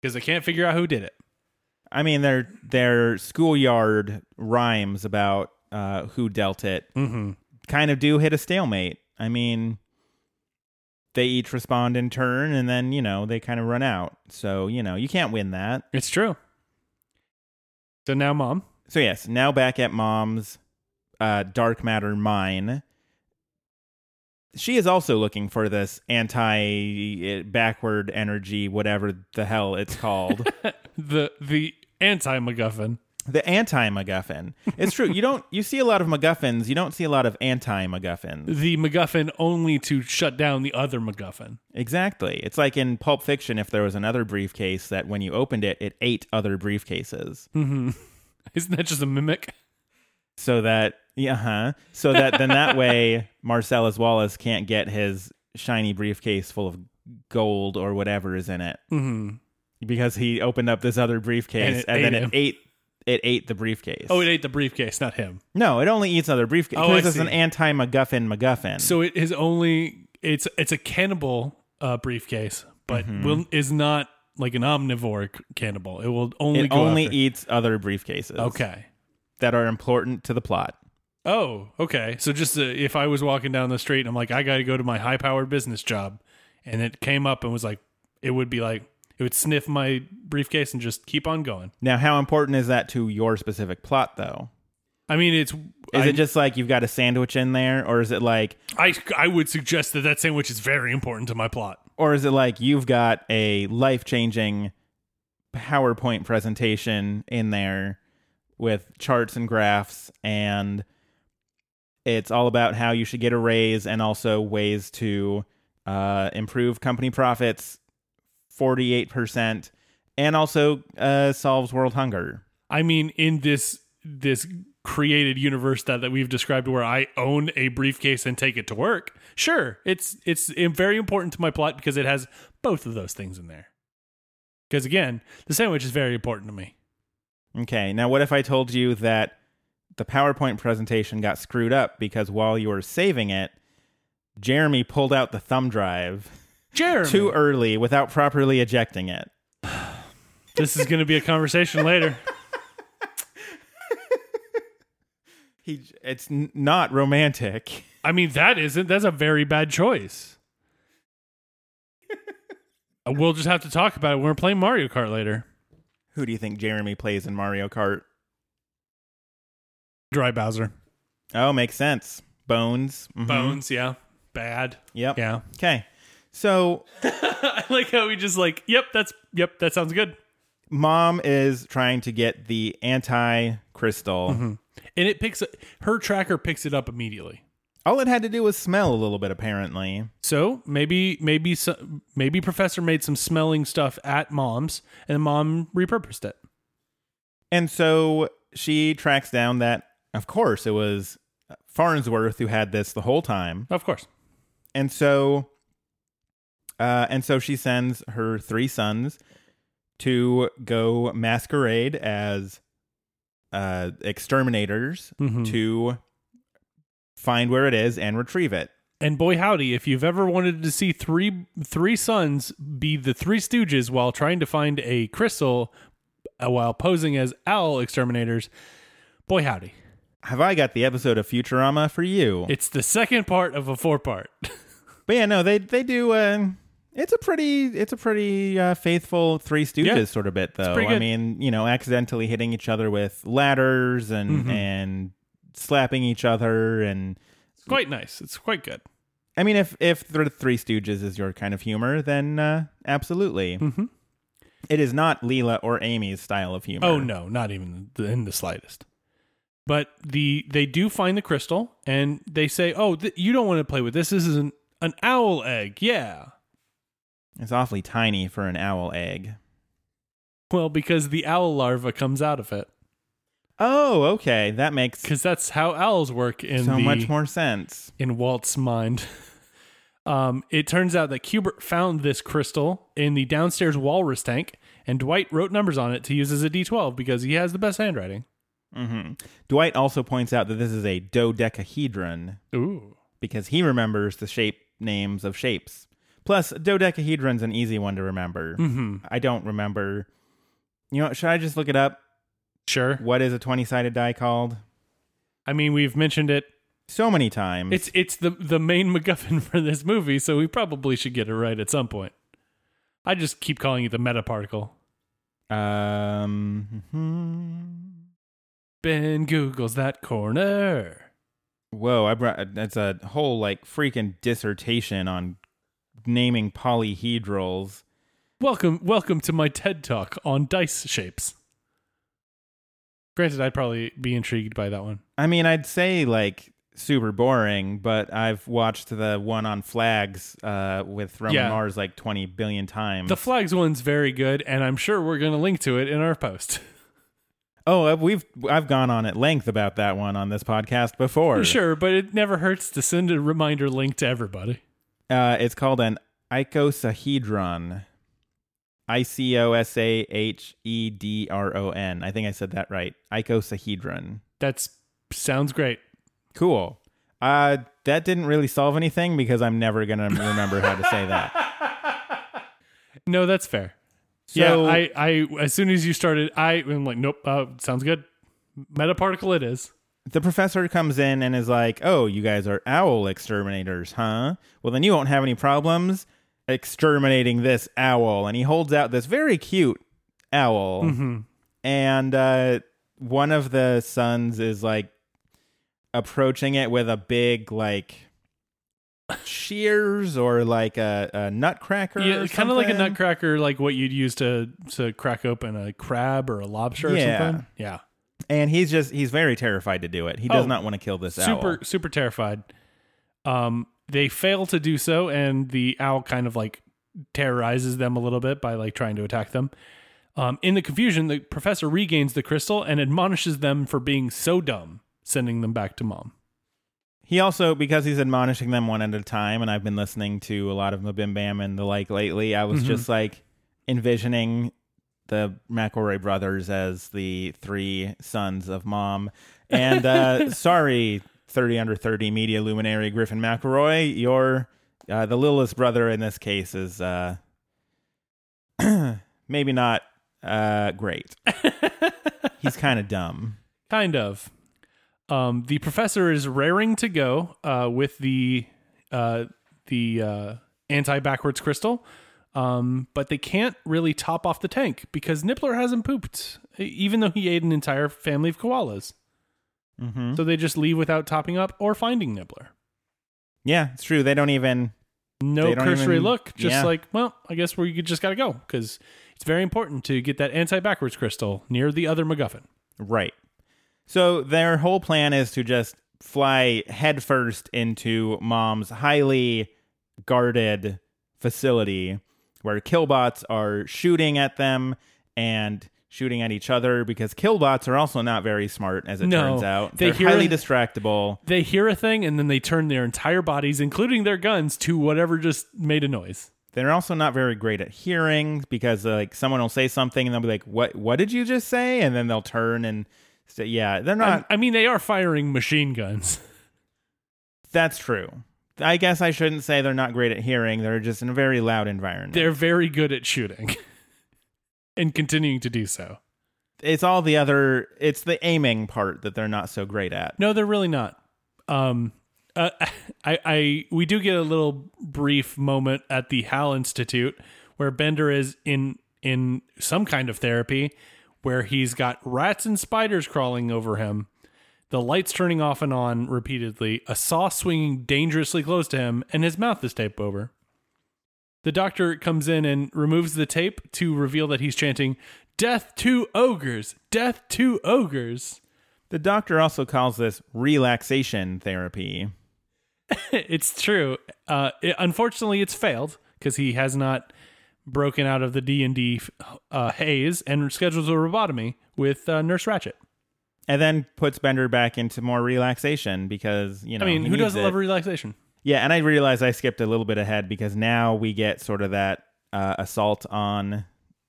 S4: because they can't figure out who did it.
S3: I mean, their their schoolyard rhymes about uh, who dealt it kind of do hit a stalemate. I mean, they each respond in turn, and then you know they kind of run out. So you know you can't win that.
S4: It's true. So now, mom,
S3: So yes, now back at mom's uh, dark matter mine. She is also looking for this anti eh, backward energy, whatever the hell it's called.
S4: the the anti MacGuffin.
S3: the anti MacGuffin. It's true. You don't you see a lot of MacGuffins. You don't see a lot of anti MacGuffins.
S4: the MacGuffin only to shut down the other MacGuffin.
S3: Exactly. It's like in Pulp Fiction. If there was another briefcase that when you opened it, it ate other briefcases,
S4: Hmm. Isn't that just a mimic?
S3: so that yeah, huh? So that then that way Marcellus Wallace can't get his shiny briefcase full of gold or whatever is in it mm-hmm. because he opened up this other
S4: And
S3: briefcase
S4: it
S3: and,
S4: ate
S3: then
S4: him.
S3: it ate. It ate the briefcase.
S4: Oh, it ate the briefcase, not him.
S3: no, it only eats other briefcases.
S4: Oh, I
S3: this is an
S4: see.
S3: anti MacGuffin MacGuffin.
S4: So it is only it's it's a cannibal uh, briefcase, but
S3: Mm-hmm.
S4: will is not like an omnivore c- cannibal. It will only
S3: It
S4: go
S3: only
S4: after-
S3: eats other briefcases.
S4: Okay.
S3: That are important to the plot.
S4: Oh, okay. So just uh, if I was walking down the street and I'm like, I got to go to my high powered business job, and it came up and was like, it would be like it would sniff my briefcase and just keep on going.
S3: Now, how important is that to your specific plot, though?
S4: I mean, it's
S3: Is
S4: I-
S3: it just like you've got a sandwich in there, or is it like,
S4: I I would suggest that that sandwich is very important to my plot.
S3: or is it like you've got a life changing PowerPoint presentation in there with charts and graphs, and it's all about how you should get a raise and also ways to uh, improve company profits, forty eight percent, and also uh, solves world hunger.
S4: I mean, in this this created universe that that we've described, where I own a briefcase and take it to work, sure, it's it's im- very important to my plot because it has both of those things in there. Because again, the sandwich is very important to me.
S3: Okay, now what if I told you that the PowerPoint presentation got screwed up because while you were saving it, Jeremy pulled out the thumb drive
S4: Jeremy,
S3: too early without properly ejecting it?
S4: this is going to be a conversation later.
S3: He, it's n- not romantic.
S4: I mean, that isn't. That's a very bad choice. Uh, we'll just have to talk about it when we're playing Mario Kart later.
S3: Who do you think Jeremy plays in Mario Kart?
S4: Dry Bowser.
S3: Oh, makes sense. Bones. Mhm.
S4: Bones, yeah. Bad.
S3: Yep.
S4: Yeah.
S3: Okay. So
S4: I like how we just like, yep, that's yep, that sounds good.
S3: mom is trying to get the anti crystal.
S4: Mm-hmm. And it picks her tracker picks it up immediately.
S3: All it had to do was smell a little bit, apparently.
S4: So maybe maybe so- maybe Professor made some smelling stuff at mom's and mom repurposed it.
S3: And so she tracks down that, of course, it was Farnsworth who had this the whole time.
S4: Of course.
S3: And so, uh, and so she sends her three sons to go masquerade as uh, exterminators to find where it is and retrieve it.
S4: And boy howdy, if you've ever wanted to see three three sons be the three stooges while trying to find a crystal uh, while posing as owl exterminators, boy howdy.
S3: Have I got the episode of Futurama for you?
S4: It's the second part of a four part.
S3: But yeah, no, they they do. Uh, it's a pretty it's a pretty uh, faithful Three Stooges
S4: Yeah.
S3: sort of bit, though.
S4: pretty
S3: I
S4: good.
S3: mean, you know, accidentally hitting each other with ladders and
S4: Mm-hmm.
S3: and slapping each other, and
S4: It's quite nice. It's quite good.
S3: I mean, if if the Three Stooges is your kind of humor, then uh, absolutely.
S4: Mm-hmm.
S3: It is not Leela or Amy's style of humor.
S4: Oh no, not even the, in the slightest. But the they do find the crystal and they say, "Oh, th- you don't want to play with this. This is an an owl egg." Yeah.
S3: it's awfully tiny for an owl egg.
S4: Well, because the owl larva comes out of it,
S3: Oh, okay, that makes
S4: because that's how owls work in
S3: so
S4: the-
S3: much more sense.
S4: in Walt's mind. Um, it turns out that Kubert found this crystal in the downstairs walrus tank, and Dwight wrote numbers on it to use as a D12 because he has the best handwriting.
S3: Dwight also points out that this is a dodecahedron
S4: Ooh.
S3: because he remembers the shape names of shapes. Plus, dodecahedron's an easy one to remember. Mm-hmm. I don't remember. You know, what, should I just look it up?
S4: Sure.
S3: What is a twenty-sided die called?
S4: I mean, we've mentioned it.
S3: So many times.
S4: It's it's the the main MacGuffin for this movie, so we probably should get it right at some point. I just keep calling it the metaparticle.
S3: um. mhm.
S4: Ben Google's that corner.
S3: Whoa! I brought that's a whole like freaking dissertation on naming polyhedrals.
S4: Welcome, welcome to my TED talk on dice shapes. Granted, I'd probably be intrigued by that one.
S3: I mean, I'd say like super boring, but I've watched the one on flags uh, with Roman
S4: Yeah.
S3: Mars like 20 billion times.
S4: The flags one's very good, and I'm sure we're going to link to it in our post.
S3: oh, I've- we've I've gone on at length about that one on this podcast before.
S4: Oh, Sure, but it never hurts to send a reminder link to everybody.
S3: Uh, it's called an icosahedron. I C O S A H E D R O N. I think I said that right. Icosahedron.
S4: That's sounds great.
S3: Cool. Uh, that didn't really solve anything because I'm never going to remember how to say that.
S4: No, that's fair.
S3: So-
S4: yeah, I, I, as soon as you started, I am like, nope, uh, sounds good. Metaparticle, it is.
S3: the professor comes in and is like, "Oh, you guys are owl exterminators, huh? Well, then you won't have any problems exterminating this owl." And he holds out this very cute owl,
S4: Mm-hmm.
S3: and uh, one of the sons is like approaching it with a big like shears or like a, a nutcracker,
S4: Yeah,
S3: or
S4: kind of like a
S3: something.
S4: nutcracker, like what you'd use to to crack open a crab or a lobster or
S3: Yeah.
S4: something. Yeah,
S3: And he's just he's very terrified to do it. He does
S4: Oh,
S3: not want to kill this
S4: super
S3: owl.
S4: super terrified. Um, they fail to do so, and the owl kind of like terrorizes them a little bit by like trying to attack them. Um, in the confusion, the professor regains the crystal and admonishes them for being so dumb, sending them back to mom.
S3: He also, because he's admonishing them one at a time, and I've been listening to a lot of Mabim Bam and the like lately, I was just like envisioning the McElroy brothers as the three sons of mom. And uh, sorry, 30 under 30 media luminary Griffin McElroy, your uh, the littlest brother in this case is uh, maybe not uh, great. he's kind of dumb.
S4: Kind of. Um, the professor is raring to go uh, with the uh, the uh, anti backwards crystal, um, but they can't really top off the tank because Nippler hasn't pooped, e- even though he ate an entire family of koalas.
S3: Hmm? Mm-hmm.
S4: So they just leave without topping up or finding Nibbler.
S3: Yeah, it's true. They don't even
S4: No
S3: They don't
S4: cursory
S3: even-
S4: look, just
S3: yeah.
S4: like, well, I guess we just got to go because it's very important to get that anti backwards crystal near the other MacGuffin.
S3: Right. So their whole plan is to just fly headfirst into mom's highly guarded facility where killbots are shooting at them and shooting at each other because killbots are also not very smart as it
S4: No.
S3: turns out.
S4: They
S3: They are
S4: hear-
S3: highly distractible.
S4: they hear a thing and then they turn their entire bodies, including their guns, to whatever just made a noise.
S3: They're also not very great at hearing because uh, like someone will say something and they'll be like, "What what did you just say?" and then they'll turn and say, "Yeah, they're not
S4: I, I mean, they are firing machine guns.
S3: That's true. I guess I shouldn't say they're not great at hearing. They're just in a very loud environment.
S4: They're very good at shooting and continuing to do so.
S3: it's all the other, it's the aiming part that they're not so great at.
S4: No, they're really not. Um, uh, I, I, we do get a little brief moment at the Hal Institute where Bender is in in some kind of therapy, where he's got rats and spiders crawling over him, the lights turning off and on repeatedly, a saw swinging dangerously close to him, and his mouth is taped over. The doctor comes in and removes the tape to reveal that he's chanting, "Death to ogres! Death to ogres!"
S3: The doctor also calls this relaxation therapy.
S4: it's true. Uh, it- unfortunately, it's failed because he has not broken out of the D and D uh, haze and schedules a robotomy with uh, Nurse Ratchet.
S3: And then puts Bender back into more relaxation because, you know,
S4: I mean,
S3: he
S4: who
S3: needs
S4: doesn't
S3: it.
S4: love relaxation?
S3: Yeah, and I realized I skipped a little bit ahead because now we get sort of that uh, assault on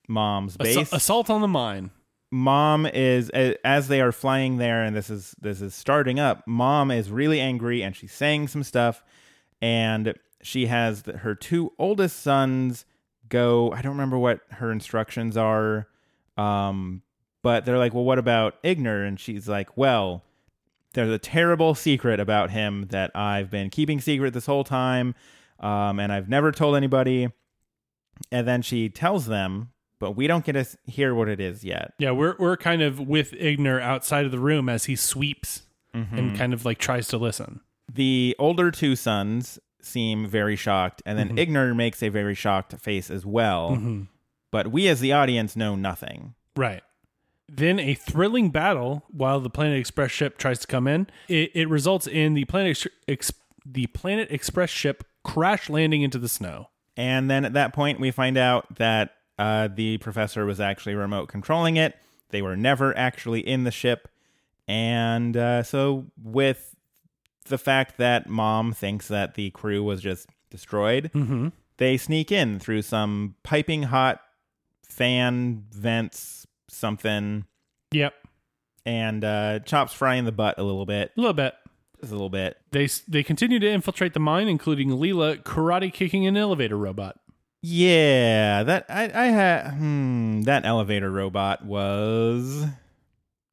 S3: mom's
S4: Assa-
S3: base.
S4: assault on the mine.
S3: mom is a- as they are flying there and this is this is starting up mom is really angry and she's saying some stuff and she has th- her two oldest sons go i don't remember what her instructions are um but they're like well what about igner and she's like well there's a terrible secret about him that i've been keeping secret this whole time um and i've never told anybody and then she tells them but we don't get to s- hear what it is yet
S4: Yeah, we're we're kind of with Igner outside of the room as he sweeps
S3: Mm-hmm.
S4: and kind of like tries to listen.
S3: the older two sons seem very shocked and then igner makes a very shocked face as well but we as the audience know nothing
S4: Right. Then a thrilling battle while the Planet Express ship tries to come in. It, it results in the Planet Ex- Ex- the Planet Express ship crash landing into the snow.
S3: and then at that point we find out that uh, the professor was actually remote controlling it they were never actually in the ship and uh, so with the fact that mom thinks that the crew was just destroyed they sneak in through some piping hot fan vents something
S4: Yep,
S3: and uh, chops Fry in the butt a little bit.
S4: a little bit.
S3: Just a little bit.
S4: They s- they continue to infiltrate the mine, including Leela karate kicking an elevator robot.
S3: Yeah, that I I had hmm, that elevator robot was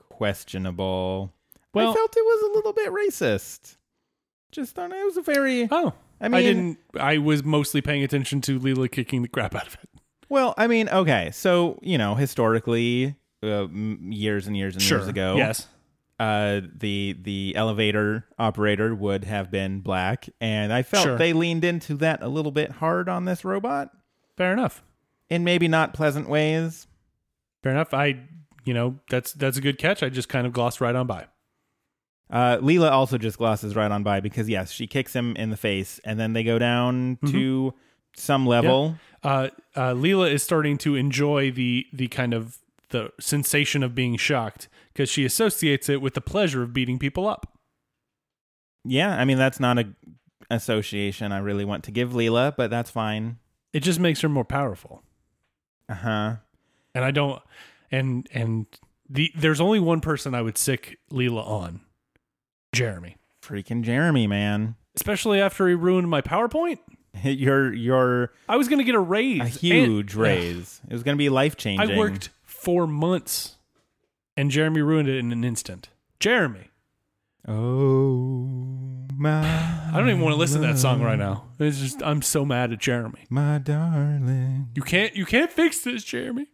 S3: questionable.
S4: Well-
S3: I felt it was a little bit racist. Just thought it was a very
S4: Oh,
S3: I mean-
S4: I didn't. I was mostly paying attention to Leela kicking the crap out of it.
S3: well. I mean, okay, so you know, historically, uh, m- years and years and years ago,
S4: Yes.
S3: uh, the the elevator operator would have been black, and I felt
S4: Sure.
S3: they leaned into that a little bit hard on this robot.
S4: Fair enough.
S3: in maybe not pleasant ways.
S4: Fair enough. I, you know, that's that's a good catch. I just kind of glossed right on by.
S3: Uh, Leela also just glosses right on by because yes, she kicks him in the face, and then they go down
S4: Mm-hmm.
S3: to some level.
S4: Uh, uh, Leela is starting to enjoy the the kind of the sensation of being shocked because she associates it with the pleasure of beating people up.
S3: Yeah, I mean that's not a association I really want to give Leela, but that's fine.
S4: It just makes her more powerful.
S3: Uh huh.
S4: And I don't. And and the there's only one person I would sick Leela on, Jeremy.
S3: Freaking Jeremy, man,
S4: Especially after he ruined my PowerPoint.
S3: your your
S4: I was gonna get a raise.
S3: a
S4: and-
S3: huge
S4: Ugh.
S3: raise. It was gonna be life changing.
S4: I worked four months, and Jeremy ruined it in an instant. Jeremy,
S3: Oh my
S4: I don't even want to listen to that song right now. It's just I'm so mad at Jeremy.
S3: my darling.
S4: You can't you can't fix this, Jeremy.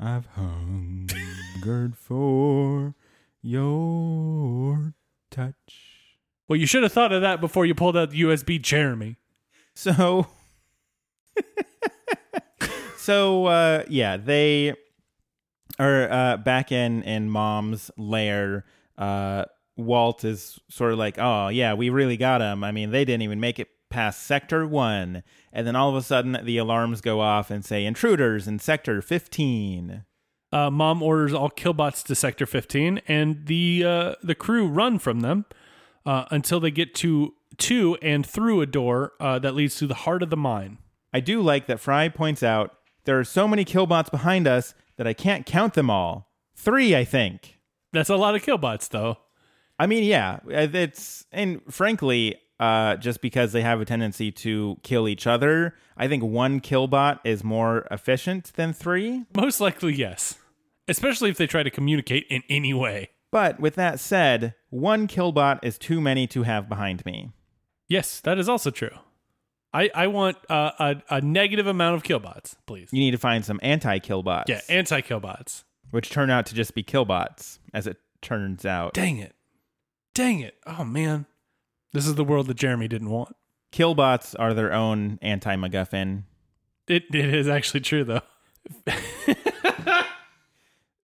S3: I've hungered for your touch.
S4: Well, you should have thought of that before you pulled out the USB, Jeremy.
S3: So, so uh, yeah, they are uh, back in in mom's lair. Uh, Walt is sort of like, oh yeah, we really got him. I mean, they didn't even make it past sector one, and then all of a sudden the alarms go off and say intruders in sector fifteen.
S4: Uh, Mom orders all killbots to Sector 15, and the uh, the crew run from them uh, until they get to to and through a door uh, that leads to the heart of the mine.
S3: I do like that Fry points out there are so many killbots behind us that I can't count them all. Three, I think.
S4: That's a lot of killbots, though.
S3: I mean, yeah, uh, it's and frankly, uh, just because they have a tendency to kill each other, I think one killbot is more efficient than three.
S4: Most likely, yes. Especially if they try to communicate in any way.
S3: But with that said, one killbot is too many to have behind me.
S4: Yes, that is also true. I, I want uh, a, a negative amount of killbots, please.
S3: You need to find some anti-killbots,
S4: Yeah, anti killbots.
S3: which turn out to just be killbots, as it turns out.
S4: Dang it. Dang it. Oh, man. This is the world that Jeremy didn't want.
S3: Killbots are their own anti-MacGuffin.
S4: It, it is actually true, though.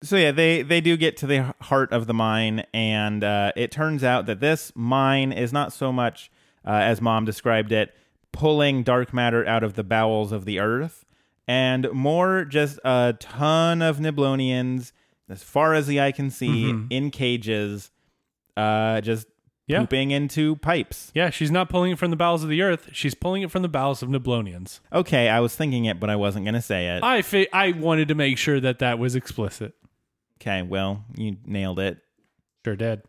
S3: so yeah they they do get to the heart of the mine and uh, it turns out that this mine is not so much uh, as mom described it pulling dark matter out of the bowels of the earth and more just a ton of niblonians as far as the eye can see in cages uh, just
S4: Yeah.
S3: pooping into pipes
S4: Yeah, she's not pulling it from the bowels of the earth. She's pulling it from the bowels of Niblonians.
S3: okay i was thinking it but i wasn't gonna say it
S4: I, fi- I wanted to make sure that that was explicit.
S3: Okay, well, you nailed it.
S4: Sure did.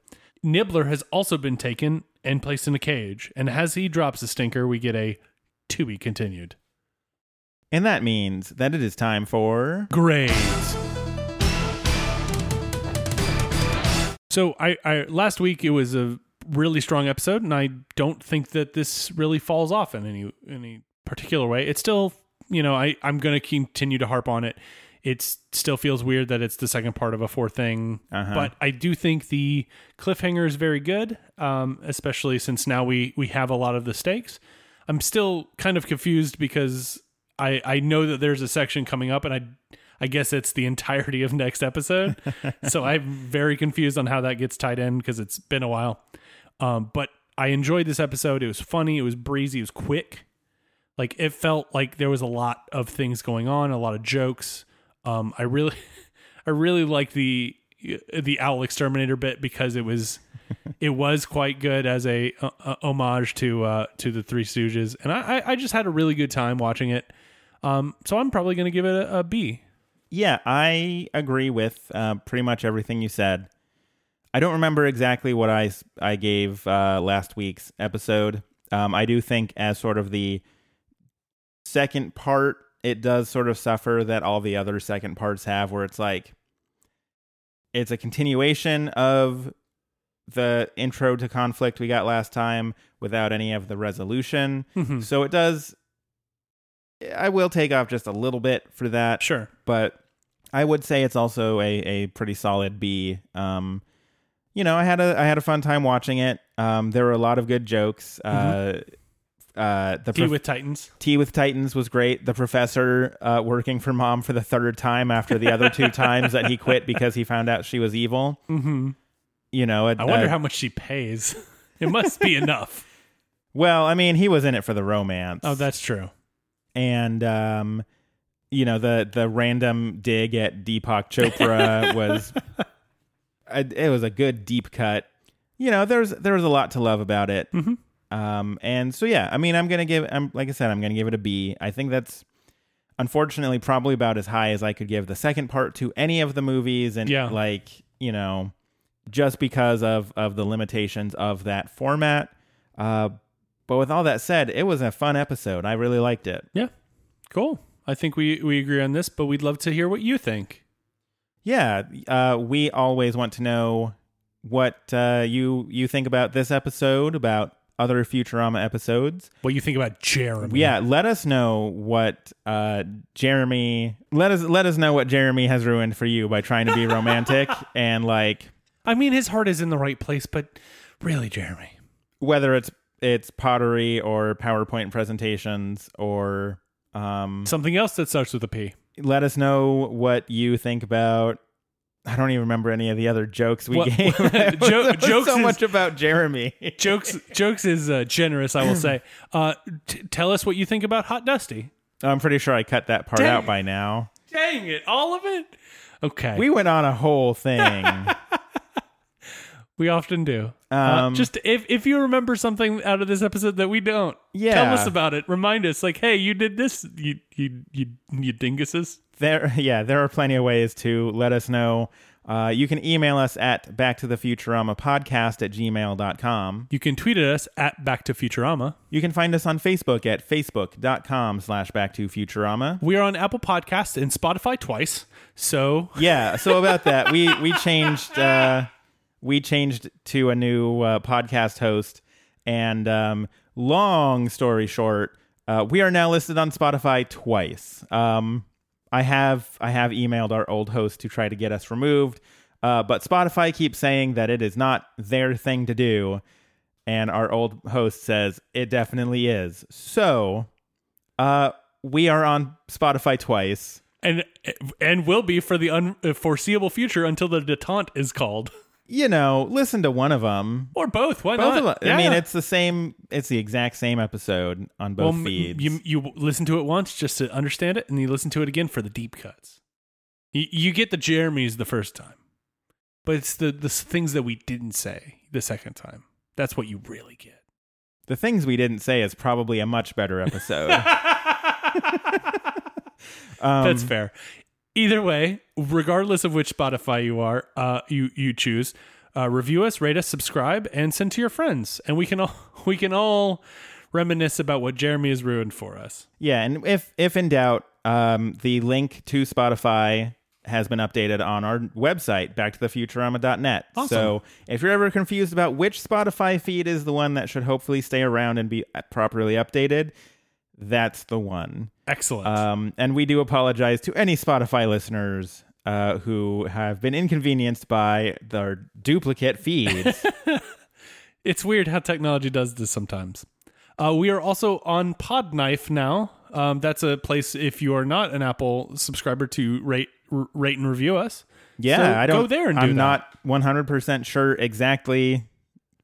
S4: Nibbler has also been taken and placed in a cage, and as he drops a stinker, we get a to be continued.
S3: And that means that it is time for.
S4: grades. So I, I last week it was a really strong episode, and I don't think that this really falls off in any any particular way. It's still you know I I'm gonna continue to harp on it. It still feels weird that it's the second part of a four thing,
S3: Uh-huh.
S4: but I do think the cliffhanger is very good, um, especially since now we we have a lot of the stakes. I'm still kind of confused because I I know that there's a section coming up, and I I guess it's the entirety of next episode. so I'm very confused on how that gets tied in because it's been a while. Um, but I enjoyed this episode. It was funny. It was breezy. It was quick. Like it felt like there was a lot of things going on, a lot of jokes. Um, I really, I really liked the the owl exterminator bit because it was it was quite good as a, uh uh homage to uh, to the Three Stooges, and I, I I just had a really good time watching it. Um, so I'm probably gonna give it a, a B.
S3: Yeah, I agree with uh, pretty much everything you said. I don't remember exactly what I, s- I gave uh, last week's episode. Um, I do think, as sort of the second part, it does sort of suffer that all the other second parts have, where it's like it's a continuation of the intro to conflict we got last time without any of the resolution. So it does. I will take off just a little bit for that
S4: Sure.
S3: but I would say it's also a, a pretty solid B. Um, you know, I had a I had a fun time watching it. Um, there were a lot of good jokes. Uh, uh, the
S4: Mm-hmm. Tea
S3: prof-
S4: with Titans.
S3: Tea with Titans was great. The professor uh, working for mom for the third time after the other two times that he quit because he found out she was evil. Mm-hmm. You know,
S4: I wonder how much she pays. It must be enough.
S3: well. I mean, he was in it for the romance.
S4: Oh, that's true.
S3: and um you know the the random dig at Deepak Chopra was I- it was a good deep cut. You know, there's there was a lot to love about it. Um and so yeah, I mean I'm going to give I'm like I said I'm going to give it a B. I think that's unfortunately probably about as high as I could give the second part to any of the movies and
S4: Yeah.
S3: like, you know, just because of of the limitations of that format. Uh but with all that said, it was a fun episode. I really liked it.
S4: Yeah. Cool. I think we we agree on this, but we'd love to hear what you think.
S3: Yeah, uh, we always want to know what uh, you you think about this episode, about other Futurama episodes.
S4: What you think about Jeremy?
S3: Yeah, let us know what uh, Jeremy let us let us know what Jeremy has ruined for you by trying to be romantic and like
S4: I mean, his heart is in the right place, but really, Jeremy.
S3: whether it's it's pottery or PowerPoint presentations or um,
S4: Something else that starts with a P.
S3: let us know what you think about. I don't even remember any of the other jokes we
S4: What-
S3: gave. It was-
S4: Jo-
S3: it was
S4: jokes
S3: so
S4: is-
S3: much about Jeremy.
S4: Jokes jokes is uh, generous, I will say. Uh, t- tell us what you think about Hot Dusty.
S3: I'm pretty sure I cut that part out by now.
S4: Dang it, all of it. Okay,
S3: We
S4: we
S3: went on a whole thing.
S4: we often do. uh,
S3: Um,
S4: just if if you remember something out of this episode that we don't,
S3: Yeah.
S4: tell us about it. Remind us, like, hey, you did this, you you you you dinguses.
S3: there, yeah, there are plenty of ways to let us know. Uh, you can email us at back to the futurama podcast at gmail.com.
S4: You can tweet at us at Back to Futurama.
S3: You can find us on Facebook at facebook.com slash back to futurama.
S4: We are on Apple Podcasts and Spotify twice. So
S3: Yeah, so about that, we we changed uh, we changed to a new uh, podcast host, and um, long story short, uh, we are now listed on Spotify twice. Um, I have I have emailed our old host to try to get us removed, uh, but Spotify keeps saying that it is not their thing to do, and our old host says it definitely is. So, uh, we are on Spotify twice.
S4: and and will be for the unforeseeable future until the detente is called
S3: You know, listen to one of them.
S4: or both. Why
S3: Both
S4: not?
S3: of them.
S4: Yeah.
S3: I mean, it's the same. It's the exact same episode on
S4: well,
S3: both
S4: m-
S3: feeds.
S4: you you listen to it once just to understand it, and you listen to it again for the deep cuts. You, you get the Jeremy's the first time, but it's the the s- things that we didn't say the second time. That's what you really get.
S3: the things we didn't say is probably a much better episode. Um,
S4: That's fair. Either way, regardless of which Spotify you are, uh, you you choose, uh, review us, rate us, subscribe, and send to your friends, and we can all we can all reminisce about what Jeremy has ruined for us.
S3: Yeah, and if if in doubt, um, the link to Spotify has been updated on our website, backtothefuturama.net. So if you're ever confused about which Spotify feed is the one that should hopefully stay around and be uh, properly updated, that's the one.
S4: Excellent.
S3: Um, and we do apologize to any Spotify listeners uh, who have been inconvenienced by their duplicate feeds.
S4: It's weird how technology does this sometimes. Uh, we are also on Podknife now. Um, that's a place if you are not an Apple subscriber to rate r- rate and review us.
S3: Yeah,
S4: So
S3: I don't.
S4: go there and do
S3: I'm
S4: that.
S3: not 100 percent sure exactly,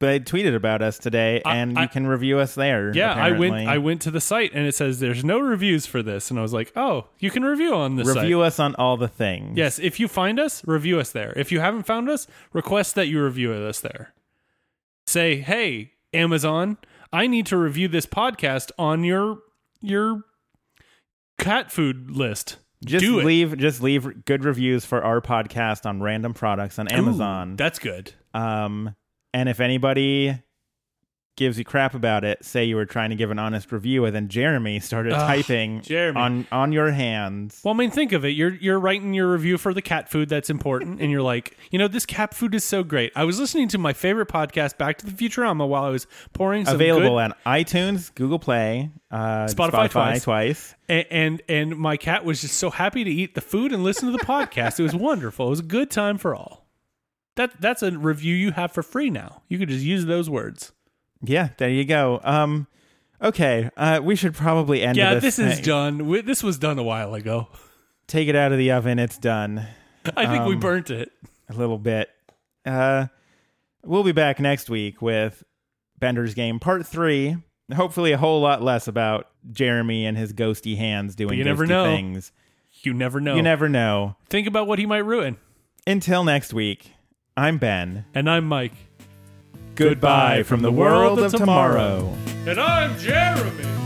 S3: but I tweeted about us today, and
S4: I-
S3: you can review us there.
S4: Yeah,
S3: apparently.
S4: I went I went to the site and it says there's no reviews for this, and I was like, oh, you can review on this site.
S3: review us on all the things.
S4: Yes, if you find us, review us there. If you haven't found us, request that you review us there. Say, hey, Amazon, I need to review this podcast on your your cat food list.
S3: just
S4: Do it.
S3: leave just leave good reviews for our podcast on random products on Amazon.
S4: Ooh, that's good.
S3: um, and if anybody gives you crap about it, say you were trying to give an honest review, and then Jeremy started typing
S4: Jeremy.
S3: on on your hands.
S4: Well, I mean, think of it. You're you're writing your review for the cat food that's important, and you're like, you know, this cat food is so great. I was listening to my favorite podcast, Back to the Futurama, while I was pouring some
S3: Available
S4: good-
S3: on iTunes, Google Play, uh,
S4: Spotify twice.
S3: twice.
S4: and, and and my cat was just so happy to eat the food and listen to the podcast. It was wonderful. It was a good time for all. That that's a review you have for free now. You could just use those words.
S3: Yeah, there you go. Um, okay, uh, we should probably end.
S4: Yeah,
S3: this,
S4: this is
S3: thing.
S4: done. We, this was done a while ago.
S3: Take it out of the oven. It's done.
S4: I think we burnt it.
S3: A little bit. Uh, we'll be back next week with Bender's Game Part Three. Hopefully, a whole lot less about Jeremy and his ghosty hands doing
S4: you never
S3: ghosty
S4: know.
S3: things.
S4: You never know.
S3: You never know.
S4: think about what he might ruin.
S3: Until next week, I'm Ben.
S4: And I'm Mike.
S3: Goodbye, from the world of tomorrow.
S4: And I'm Jeremy.